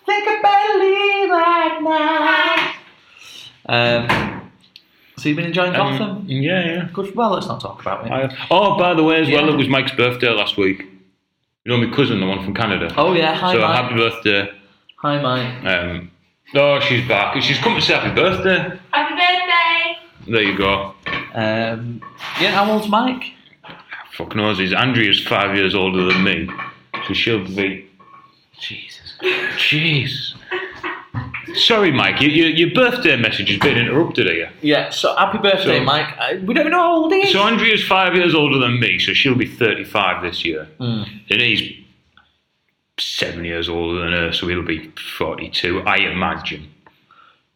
[SPEAKER 2] Think about leave right now. Um, so you've been enjoying
[SPEAKER 1] Um,
[SPEAKER 2] Gotham?
[SPEAKER 1] yeah, yeah.
[SPEAKER 2] Good. Well, let's not talk about it.
[SPEAKER 1] I- oh, by the way, as well,
[SPEAKER 2] Yeah.
[SPEAKER 1] it was Mike's birthday last week. You know, my cousin, the one from Canada.
[SPEAKER 2] oh yeah. Hi,
[SPEAKER 1] so
[SPEAKER 2] Mike.
[SPEAKER 1] happy birthday.
[SPEAKER 2] Hi, Mike.
[SPEAKER 1] Um, oh, she's back. She's come to say happy birthday.
[SPEAKER 3] Happy birthday!
[SPEAKER 1] There you go.
[SPEAKER 2] Um, yeah. How old's Mike?
[SPEAKER 1] Fuck knows, is Andrea's five years older than me. So she'll be.
[SPEAKER 2] Jesus.
[SPEAKER 1] Jeez. Sorry, Mike, your, your, your birthday message has been interrupted here.
[SPEAKER 2] Yeah. So happy birthday,
[SPEAKER 1] So-
[SPEAKER 2] Mike. I, we don't even know how old he is.
[SPEAKER 1] So Andrea's five years older than me, so she'll be 35 this year.
[SPEAKER 2] Hmm.
[SPEAKER 1] And he's seven years older than her, so he'll be 42, I imagine.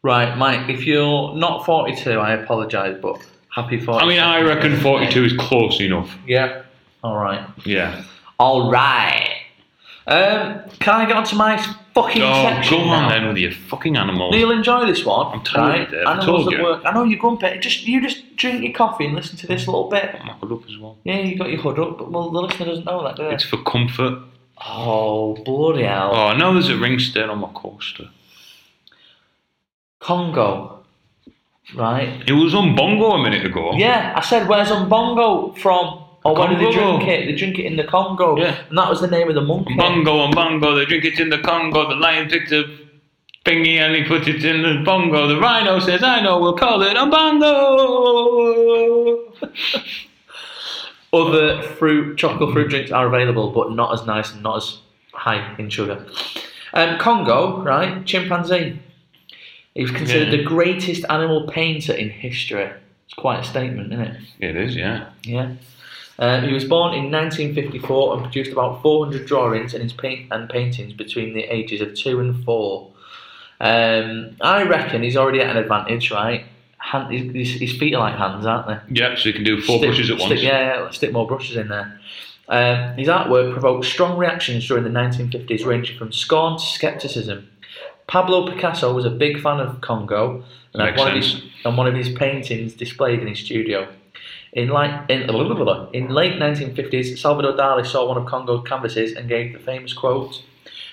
[SPEAKER 2] Right, Mike. If you're not 42, I apologise, but happy 42.
[SPEAKER 1] I mean, I reckon 42 is close enough.
[SPEAKER 2] Yeah. All right.
[SPEAKER 1] Yeah.
[SPEAKER 2] All right. Um, can I get onto my fucking
[SPEAKER 1] Oh,
[SPEAKER 2] section
[SPEAKER 1] go
[SPEAKER 2] now?
[SPEAKER 1] on then with your fucking animals.
[SPEAKER 2] You'll enjoy this one.
[SPEAKER 1] I'm tired,
[SPEAKER 2] right?
[SPEAKER 1] Dave, I
[SPEAKER 2] Animals
[SPEAKER 1] told
[SPEAKER 2] that
[SPEAKER 1] you.
[SPEAKER 2] work. I know you're grumpy. Just you just drink your coffee and listen to this little bit.
[SPEAKER 1] I'll hood up as well.
[SPEAKER 2] Yeah, you got your hood up, but well, the listener doesn't know that, do they?
[SPEAKER 1] It's for comfort.
[SPEAKER 2] Oh bloody hell!
[SPEAKER 1] Oh, I know there's a ring stain on my coaster.
[SPEAKER 2] Congo, right?
[SPEAKER 1] It was on Bongo a minute ago.
[SPEAKER 2] Yeah, I said where's Umbongo from? Or where do they
[SPEAKER 1] Congo.
[SPEAKER 2] drink it? They drink it in the Congo.
[SPEAKER 1] Yeah.
[SPEAKER 2] And that was the name of the monkey.
[SPEAKER 1] Bongo and Bongo, they drink it in the Congo. The lion picks a thingy and he puts it in the Bongo. The rhino says, I know, we'll call it a Bongo.
[SPEAKER 2] Other fruit, chocolate fruit drinks are available, but not as nice and not as high in sugar. Um, Congo, right? Chimpanzee. He was considered
[SPEAKER 1] Yeah.
[SPEAKER 2] the greatest animal painter in history. It's quite a statement, isn't it?
[SPEAKER 1] It is, yeah.
[SPEAKER 2] Yeah. Uh, he was born in 1954 and produced about 400 drawings and, his paint- and paintings between the ages of two and four. Um, I reckon he's already at an advantage, right? Hand, his, his- his feet are like hands, aren't they?
[SPEAKER 1] Yep, so you can do four
[SPEAKER 2] Stick-
[SPEAKER 1] brushes at
[SPEAKER 2] stick-
[SPEAKER 1] once.
[SPEAKER 2] yeah, yeah, let's stick more brushes in there. Um, his artwork provoked strong reactions during the 1950s, ranging from scorn to scepticism. Pablo Picasso was a big fan of Congo, and had
[SPEAKER 1] Makes
[SPEAKER 2] one of, his,
[SPEAKER 1] sense.
[SPEAKER 2] and one of his paintings displayed in his studio. In, like, in, in late 1950s, Salvador Dali saw one of Congo's canvases and gave the famous quote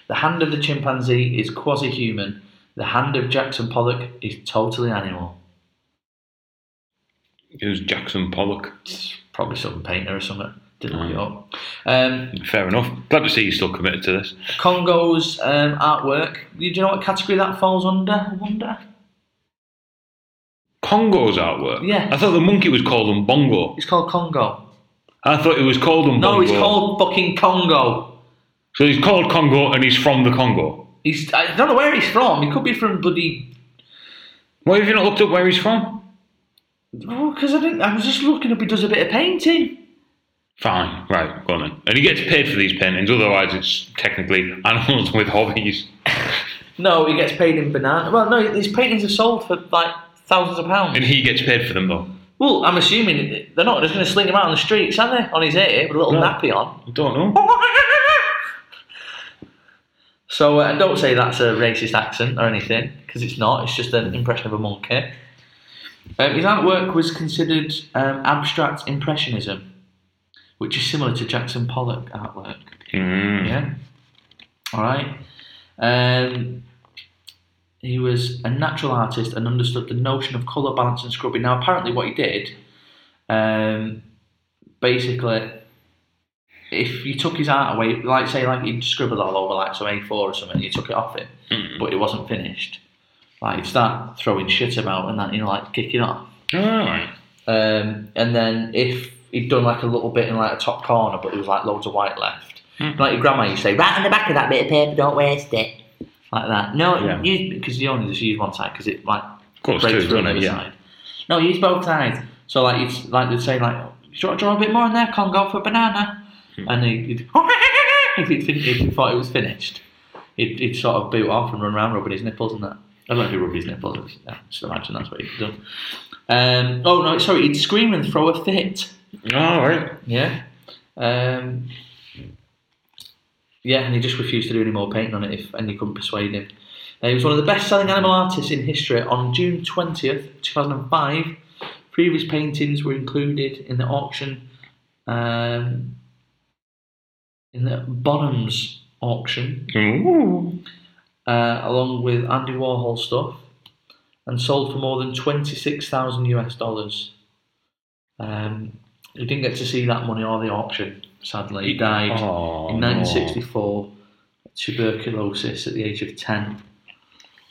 [SPEAKER 2] The hand of the chimpanzee is quasi human, the hand of Jackson Pollock is totally animal.
[SPEAKER 1] It was Jackson Pollock.
[SPEAKER 2] Probably some painter or something. didn't
[SPEAKER 1] Mm.
[SPEAKER 2] look it up. Um,
[SPEAKER 1] Fair enough. Glad to see you're still committed to this.
[SPEAKER 2] Congo's um, artwork. Do you know what category that falls under? I wonder.
[SPEAKER 1] Congo's artwork.
[SPEAKER 2] Yeah.
[SPEAKER 1] I thought the monkey was called on Bongo.
[SPEAKER 2] It's called Congo.
[SPEAKER 1] I thought it was called on
[SPEAKER 2] No,
[SPEAKER 1] Bongo.
[SPEAKER 2] it's called fucking Congo.
[SPEAKER 1] So he's called Congo and he's from the Congo.
[SPEAKER 2] He's I don't know where he's from. He could be from bloody.
[SPEAKER 1] Why have you not looked up where he's from?
[SPEAKER 2] Because oh, I didn't. I was just looking up. He does a bit of painting.
[SPEAKER 1] Fine, right, go on then. And he gets paid for these paintings, otherwise it's technically animals with hobbies.
[SPEAKER 2] No, he gets paid in banana. Well, no, his paintings are sold for like thousands of pounds.
[SPEAKER 1] And he gets paid for them though.
[SPEAKER 2] Well, I'm assuming they're not just going to sling him out on the streets, are they? On his ear with a little
[SPEAKER 1] No.
[SPEAKER 2] nappy on.
[SPEAKER 1] I don't know.
[SPEAKER 2] So, uh, and don't say that's a racist accent or anything, because it's not. It's just an impression of a monkey. Um, his artwork was considered um, abstract impressionism, which is similar to Jackson Pollock artwork.
[SPEAKER 1] Mm.
[SPEAKER 2] Yeah. All right. Um, he was a natural artist and understood the notion of color balance and scrubbing. Now, apparently, what he did, um, basically, if you took his art away, like say, like he scribbled all over like some A4 or something, you took it off him, but it wasn't finished. Like you start throwing shit about and that, you know, like kicking off.
[SPEAKER 1] Alright.
[SPEAKER 2] Um, and then if he'd done like a little bit in like a top corner, but there was like loads of white left.
[SPEAKER 1] Hmm.
[SPEAKER 2] Like your grandma used to say, right on the back of that bit of paper, don't waste it. Like that. No,
[SPEAKER 1] Yeah.
[SPEAKER 2] use because you only just use one side because it like
[SPEAKER 1] Of course,
[SPEAKER 2] breaks
[SPEAKER 1] too,
[SPEAKER 2] through
[SPEAKER 1] doesn't
[SPEAKER 2] the
[SPEAKER 1] it?
[SPEAKER 2] other
[SPEAKER 1] Yeah.
[SPEAKER 2] side. No, use both sides. So like you'd like they'd say like, do you want to draw a bit more in there? Can't go for banana.
[SPEAKER 1] Hmm.
[SPEAKER 2] And he'd, if, he'd fin- if he thought it was finished, he'd, he'd sort of boot off and run around rubbing his nipples and that. I don't know if he rubbed his nipples. I just- I just imagine that's what he'd done. Um, oh no, sorry, he'd scream and throw a fit.
[SPEAKER 1] Alright.
[SPEAKER 2] Yeah. Um, yeah, and he just refused to do any more painting on it, if, and you couldn't persuade him. Uh, he was one of the best-selling animal artists in history. On June twentieth, two thousand and five, three of his paintings were included in the auction, um, in the Bonhams auction,
[SPEAKER 1] Ooh.
[SPEAKER 2] uh, along with Andy Warhol stuff, and sold for more than twenty six thousand US dollars. Um, he didn't get to see that money or the auction. Sadly, he died
[SPEAKER 1] Aw,
[SPEAKER 2] in
[SPEAKER 1] no.
[SPEAKER 2] 1964, tuberculosis at the age of ten.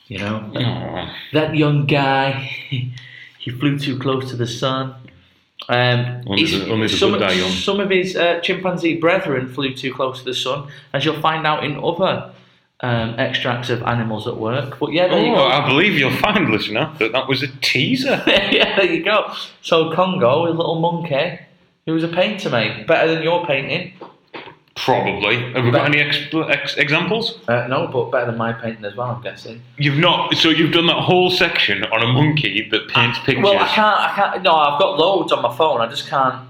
[SPEAKER 2] You know,
[SPEAKER 1] Aw.
[SPEAKER 2] that young guy, he flew too close to the sun. Um,
[SPEAKER 1] Only
[SPEAKER 2] his-
[SPEAKER 1] the- only the
[SPEAKER 2] some,
[SPEAKER 1] good die young.
[SPEAKER 2] some of his uh, chimpanzee brethren flew too close to the sun, as you'll find out in other um, extracts of animals at work. But yeah, there you
[SPEAKER 1] Oh,
[SPEAKER 2] go.
[SPEAKER 1] I believe you'll find, listener, that that was a teaser.
[SPEAKER 2] yeah, there you go. So Congo, a little monkey, who was a painter, mate, better than your painting.
[SPEAKER 1] Probably. Have we got any expl ex- examples?
[SPEAKER 2] Uh, no, but better than my painting as well, I'm guessing.
[SPEAKER 1] You've not. So you've done that whole section on a monkey that paints pictures.
[SPEAKER 2] Well, I can't. I can't. No, I've got loads on my phone. I just can't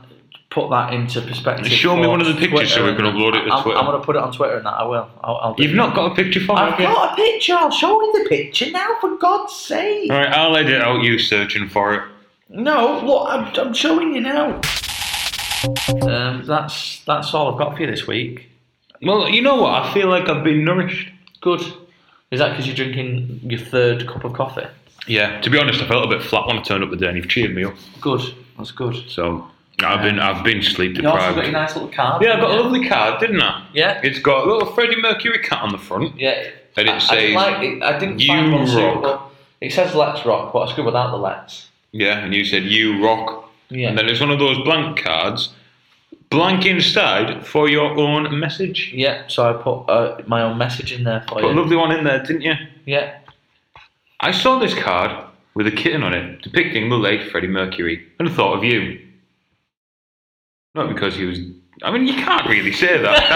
[SPEAKER 2] put that into perspective.
[SPEAKER 1] Show me
[SPEAKER 2] for
[SPEAKER 1] one of the pictures so we can
[SPEAKER 2] and-
[SPEAKER 1] upload it to
[SPEAKER 2] I'm,
[SPEAKER 1] Twitter.
[SPEAKER 2] I'm going to put it on Twitter and that. I will. I'll, I'll do
[SPEAKER 1] You've
[SPEAKER 2] it.
[SPEAKER 1] not got a picture for
[SPEAKER 2] I've
[SPEAKER 1] me. All
[SPEAKER 2] got a picture. I'll show you the picture now, for God's sake.
[SPEAKER 1] right, I'll edit out you searching for it.
[SPEAKER 2] No, look, I'm, I'm showing you now. Um, that's that's all I've got for you this week.
[SPEAKER 1] Well, you know what? I feel like I've been nourished.
[SPEAKER 2] Good. Is that because you're drinking your third cup of coffee?
[SPEAKER 1] Yeah. To be honest, I felt a bit flat when I turned up the day, and you've cheered me up.
[SPEAKER 2] Good. That's good.
[SPEAKER 1] So I've been I've been sleep
[SPEAKER 2] You also got
[SPEAKER 1] deprived.
[SPEAKER 2] your nice little card.
[SPEAKER 1] yeah, I got a
[SPEAKER 2] haven't you?
[SPEAKER 1] lovely card, didn't I?
[SPEAKER 2] Yeah.
[SPEAKER 1] It's got a little Freddie Mercury cat on the front.
[SPEAKER 2] Yeah.
[SPEAKER 1] And it
[SPEAKER 2] I, I
[SPEAKER 1] says,
[SPEAKER 2] didn't like it. I didn't
[SPEAKER 1] "You
[SPEAKER 2] find one
[SPEAKER 1] rock."
[SPEAKER 2] suitable. It says "Let's Rock," but I scribbled out the "Let's."
[SPEAKER 1] Yeah, and you said you rock.
[SPEAKER 2] Yeah.
[SPEAKER 1] And then it's one of those blank cards, blank inside for your own message.
[SPEAKER 2] yeah. So I put uh, my own message in there for
[SPEAKER 1] Put a
[SPEAKER 2] you.
[SPEAKER 1] lovely one in there, didn't you?
[SPEAKER 2] yeah.
[SPEAKER 1] I saw this card with a kitten on it depicting the late Freddie Mercury and thought of you. Not because he was. I mean, you can't really say that,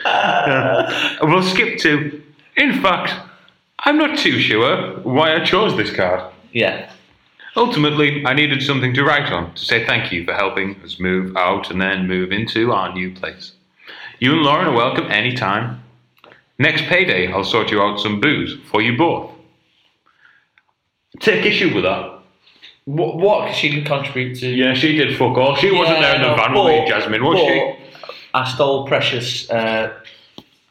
[SPEAKER 1] can you? Yeah. We'll skip to. In fact, I'm not too sure why I chose this card.
[SPEAKER 2] Yeah.
[SPEAKER 1] Ultimately, I needed something to write on to say thank you for helping us move out and then move into our new place. You and Lauren are welcome anytime. Next payday, I'll sort you out some booze for you both. Take issue with that.
[SPEAKER 2] What? What? 'Cause she didn't contribute to.
[SPEAKER 1] Yeah, she did fuck all. She wasn't there in the
[SPEAKER 2] no,
[SPEAKER 1] van with you, Jasmine, was
[SPEAKER 2] but
[SPEAKER 1] she?
[SPEAKER 2] I stole precious uh,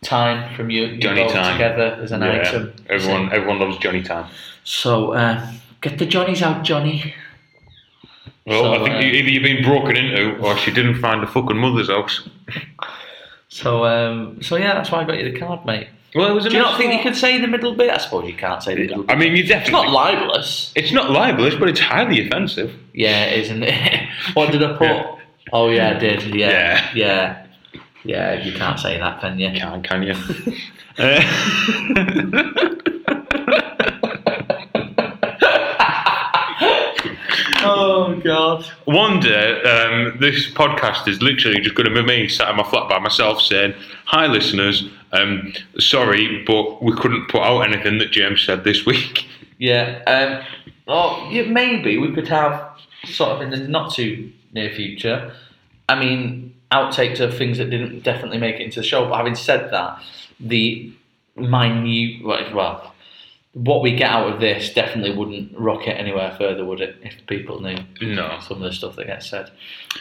[SPEAKER 2] time from you. you
[SPEAKER 1] Johnny
[SPEAKER 2] both
[SPEAKER 1] time.
[SPEAKER 2] together as an
[SPEAKER 1] Yeah,
[SPEAKER 2] item.
[SPEAKER 1] everyone, everyone loves Johnny Time.
[SPEAKER 2] So uh, get the Johnnies out, Johnny.
[SPEAKER 1] Well,
[SPEAKER 2] So,
[SPEAKER 1] I think
[SPEAKER 2] uh,
[SPEAKER 1] you, either you've been broken into or she didn't find the fucking mother's house.
[SPEAKER 2] So, um, so yeah, that's why I got you the card, mate.
[SPEAKER 1] Well, it was. a
[SPEAKER 2] Do you not
[SPEAKER 1] nice
[SPEAKER 2] think you
[SPEAKER 1] thought.
[SPEAKER 2] could say the middle bit? I suppose you can't say the middle bit.
[SPEAKER 1] I mean, you
[SPEAKER 2] It's
[SPEAKER 1] definitely.
[SPEAKER 2] not libelous.
[SPEAKER 1] It's not libelous, but it's highly offensive.
[SPEAKER 2] Yeah, it is, isn't it? what did I put?
[SPEAKER 1] Yeah.
[SPEAKER 2] Oh yeah, I did.
[SPEAKER 1] Yeah.
[SPEAKER 2] Yeah, yeah, yeah. you can't say that, can you?
[SPEAKER 1] Can can you? Uh,
[SPEAKER 2] Oh god.
[SPEAKER 1] One day, um, this podcast is literally just going to be me sat in my flat by myself saying, "Hi, listeners. Um, sorry, but we couldn't put out anything that James said this week."
[SPEAKER 2] Yeah. Um, oh, yeah, maybe we could have sort of in the not too near future. I mean, outtakes of things that didn't definitely make it into the show. But having said that, the minute well, well, what we get out of this definitely wouldn't rocket anywhere further, would it? If people knew
[SPEAKER 1] No.
[SPEAKER 2] some of the stuff that gets said,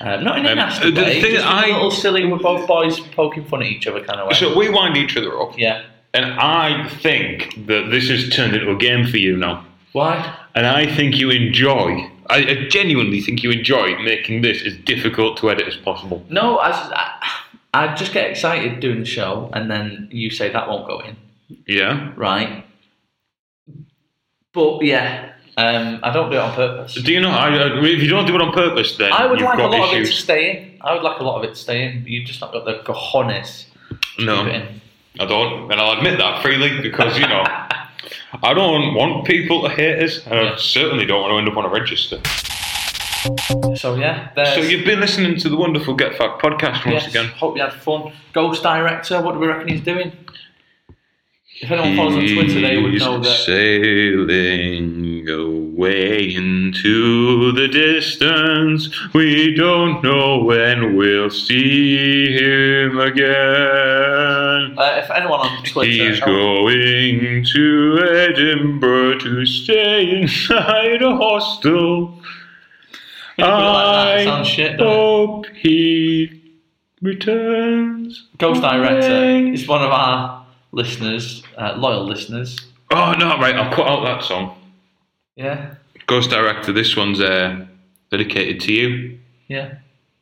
[SPEAKER 2] um, not in a
[SPEAKER 1] Um,
[SPEAKER 2] nasty
[SPEAKER 1] the
[SPEAKER 2] way,
[SPEAKER 1] thing
[SPEAKER 2] just
[SPEAKER 1] I-
[SPEAKER 2] in a little silly. We're both boys poking fun at each other kind of way.
[SPEAKER 1] So we wind each other up,
[SPEAKER 2] yeah.
[SPEAKER 1] and I think that this has turned into a game for you now.
[SPEAKER 2] Why?
[SPEAKER 1] And I think you enjoy. I, I genuinely think you enjoy making this as difficult to edit as possible.
[SPEAKER 2] No, I, s- I- I just get excited doing the show, and then you say that won't go in,
[SPEAKER 1] Yeah.
[SPEAKER 2] right? But yeah, um, I don't do it on purpose.
[SPEAKER 1] Do you know? I, I, if you don't do it on purpose, then
[SPEAKER 2] I would
[SPEAKER 1] you've
[SPEAKER 2] like a
[SPEAKER 1] got
[SPEAKER 2] lot of it to
[SPEAKER 1] issues.
[SPEAKER 2] stay in. I would like a lot of it to stay in. but You've just not got the cojones to
[SPEAKER 1] no.
[SPEAKER 2] keep it in.
[SPEAKER 1] I don't, and I'll admit that freely because you know I don't want people to hate us, and I
[SPEAKER 2] Yeah.
[SPEAKER 1] certainly don't want to end up on a register.
[SPEAKER 2] So yeah, there's.
[SPEAKER 1] So you've been listening to the wonderful Get Fact podcast once
[SPEAKER 2] yes,
[SPEAKER 1] again.
[SPEAKER 2] Hope you had fun. Ghost director, what do we reckon he's doing? If anyone follows on Twitter, they would know
[SPEAKER 1] He's
[SPEAKER 2] that.
[SPEAKER 1] Sailing away into the distance, we don't know when we'll see him again.
[SPEAKER 2] Uh, if anyone on Twitter,
[SPEAKER 1] He's going to Edinburgh to stay inside a hostel.
[SPEAKER 2] Put it like that,
[SPEAKER 1] I
[SPEAKER 2] it sounds shit, doesn't it?
[SPEAKER 1] hope he returns.
[SPEAKER 2] Ghost Director
[SPEAKER 1] Yay.
[SPEAKER 2] is one of our listeners, uh, loyal listeners.
[SPEAKER 1] Oh no! Right, I've cut out that song.
[SPEAKER 2] Yeah,
[SPEAKER 1] Ghost Director, this one's uh, dedicated to you.
[SPEAKER 2] yeah.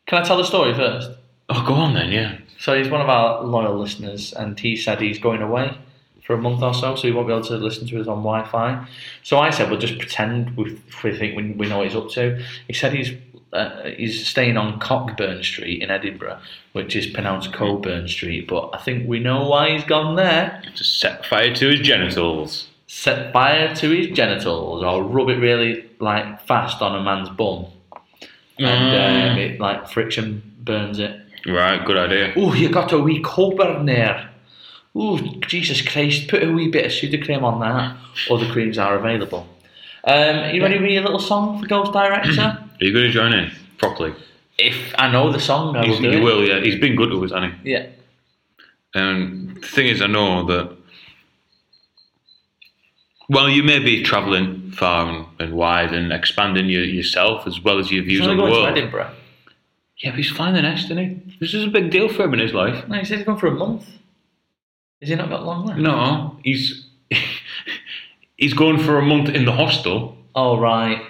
[SPEAKER 2] Can I tell the story first?
[SPEAKER 1] Oh, go on then, yeah.
[SPEAKER 2] So he's one of our loyal listeners, and he said he's going away for a month or so, so he won't be able to listen to us on Wi-Fi. So I said, "Well, just pretend we, we think we, we know what he's up to." He said he's uh, he's staying on Cockburn Street in Edinburgh, which is pronounced Coburn Street, but I think we know why he's gone there.
[SPEAKER 1] To set fire to his genitals.
[SPEAKER 2] set fire to his genitals or rub it really like fast on a man's bum, and um, it like friction burns it.
[SPEAKER 1] Right, good idea.
[SPEAKER 2] Oh, you got a wee Coburn there. Oh, Jesus Christ! Put a wee bit of pseudo cream on that. Other creams are available. Um, you ready with your little song for Ghost Director?
[SPEAKER 1] Are you going to join in properly?
[SPEAKER 2] if I know the song, I will
[SPEAKER 1] He's-
[SPEAKER 2] do
[SPEAKER 1] you
[SPEAKER 2] it.
[SPEAKER 1] will, yeah. He's been good to us, hasn't he?
[SPEAKER 2] Yeah.
[SPEAKER 1] And the thing is, I know that while you may be travelling far and, and wide and expanding your, yourself as well as your
[SPEAKER 2] He's
[SPEAKER 1] views
[SPEAKER 2] only
[SPEAKER 1] on the
[SPEAKER 2] going to
[SPEAKER 1] world,
[SPEAKER 2] Edinburgh.
[SPEAKER 1] yeah, but he's flying the nest, isn't he? This is a big deal for him in his life.
[SPEAKER 2] No, he said he's gone for a month. Has he not got long left?
[SPEAKER 1] No, he's he's going for a month in the hostel,
[SPEAKER 2] Oh right.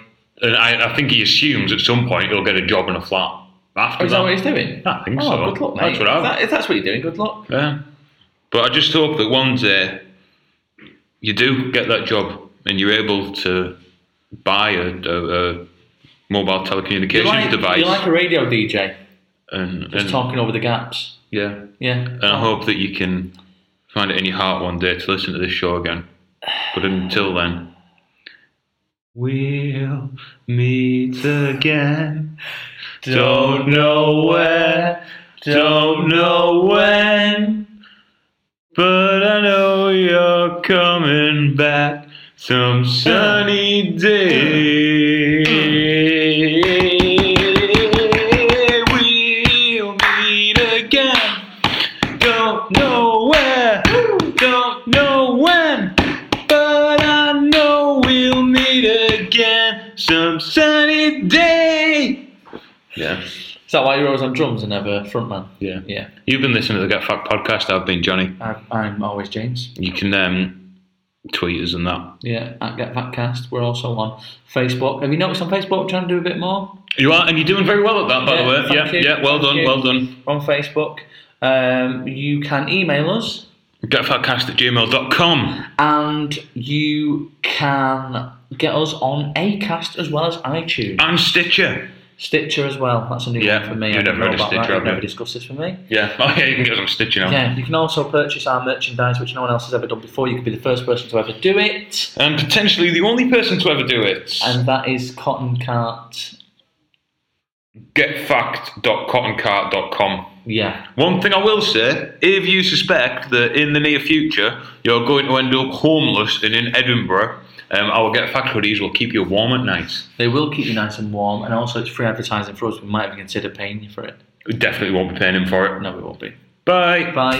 [SPEAKER 1] and I, I think he assumes at some point he'll get a job in a flat after
[SPEAKER 2] Oh, is that what he's doing?
[SPEAKER 1] I think
[SPEAKER 2] oh,
[SPEAKER 1] so.
[SPEAKER 2] good luck, mate.
[SPEAKER 1] That's what I-
[SPEAKER 2] If that- if that's what you're doing, good luck.
[SPEAKER 1] Yeah. But I just hope that one day you do get that job and you're able to buy a, a, a mobile telecommunications
[SPEAKER 2] You're like,
[SPEAKER 1] device.
[SPEAKER 2] you're like a radio DJ,
[SPEAKER 1] and,
[SPEAKER 2] just
[SPEAKER 1] and-
[SPEAKER 2] talking over the gaps.
[SPEAKER 1] yeah.
[SPEAKER 2] Yeah. Oh,
[SPEAKER 1] And I hope that you can find it in your heart one day to listen to this show again. But until then, we'll meet again. Don't know where, don't know when, but I know you're coming back some sunny day. We'll meet again. Don't know where, don't know when, but I know we'll meet again some sunny day. Yeah,
[SPEAKER 2] Is that why you're always on drums and never frontman?
[SPEAKER 1] yeah.
[SPEAKER 2] Yeah.
[SPEAKER 1] You've been listening to the Get Fucked podcast. I've been Johnny.
[SPEAKER 2] I, I'm always James.
[SPEAKER 1] You can um, tweeters and that.
[SPEAKER 2] Yeah, at Get Fatcast. We're also on Facebook. Have you noticed on Facebook we're trying to do a bit more?
[SPEAKER 1] You are, and you're doing very well at that, by
[SPEAKER 2] Yeah,
[SPEAKER 1] the way. Yeah,
[SPEAKER 2] thank you,
[SPEAKER 1] yeah, well
[SPEAKER 2] thank
[SPEAKER 1] done,
[SPEAKER 2] you.
[SPEAKER 1] well done.
[SPEAKER 2] We're on Facebook. Um, you can email us
[SPEAKER 1] Getfatcast at gmail.com.
[SPEAKER 2] and you can get us on Acast as well as iTunes.
[SPEAKER 1] And Stitcher.
[SPEAKER 2] Stitcher as well. That's a new
[SPEAKER 1] Yeah,
[SPEAKER 2] one for me.
[SPEAKER 1] you've
[SPEAKER 2] I don't
[SPEAKER 1] never heard
[SPEAKER 2] know
[SPEAKER 1] of
[SPEAKER 2] about
[SPEAKER 1] Stitcher,
[SPEAKER 2] that.
[SPEAKER 1] have
[SPEAKER 2] You've
[SPEAKER 1] you?
[SPEAKER 2] never discussed this with me.
[SPEAKER 1] Yeah. Oh, yeah, you can get some Stitcher now.
[SPEAKER 2] Yeah, you can also purchase our merchandise, which no one else has ever done before. You could be the first person to ever do it,
[SPEAKER 1] And potentially the only person to ever do it.
[SPEAKER 2] and that is Cotton Cart.
[SPEAKER 1] Getfact.cottoncart.com.
[SPEAKER 2] Yeah,
[SPEAKER 1] One thing I will say if you suspect that in the near future you're going to end up homeless and in Edinburgh, um, our Get Fact hoodies will keep you warm at night.
[SPEAKER 2] they will keep you nice and warm, and also it's free advertising for us. We might even consider paying you for it.
[SPEAKER 1] We definitely won't be paying him for it.
[SPEAKER 2] No, we won't be.
[SPEAKER 1] Bye.
[SPEAKER 2] Bye.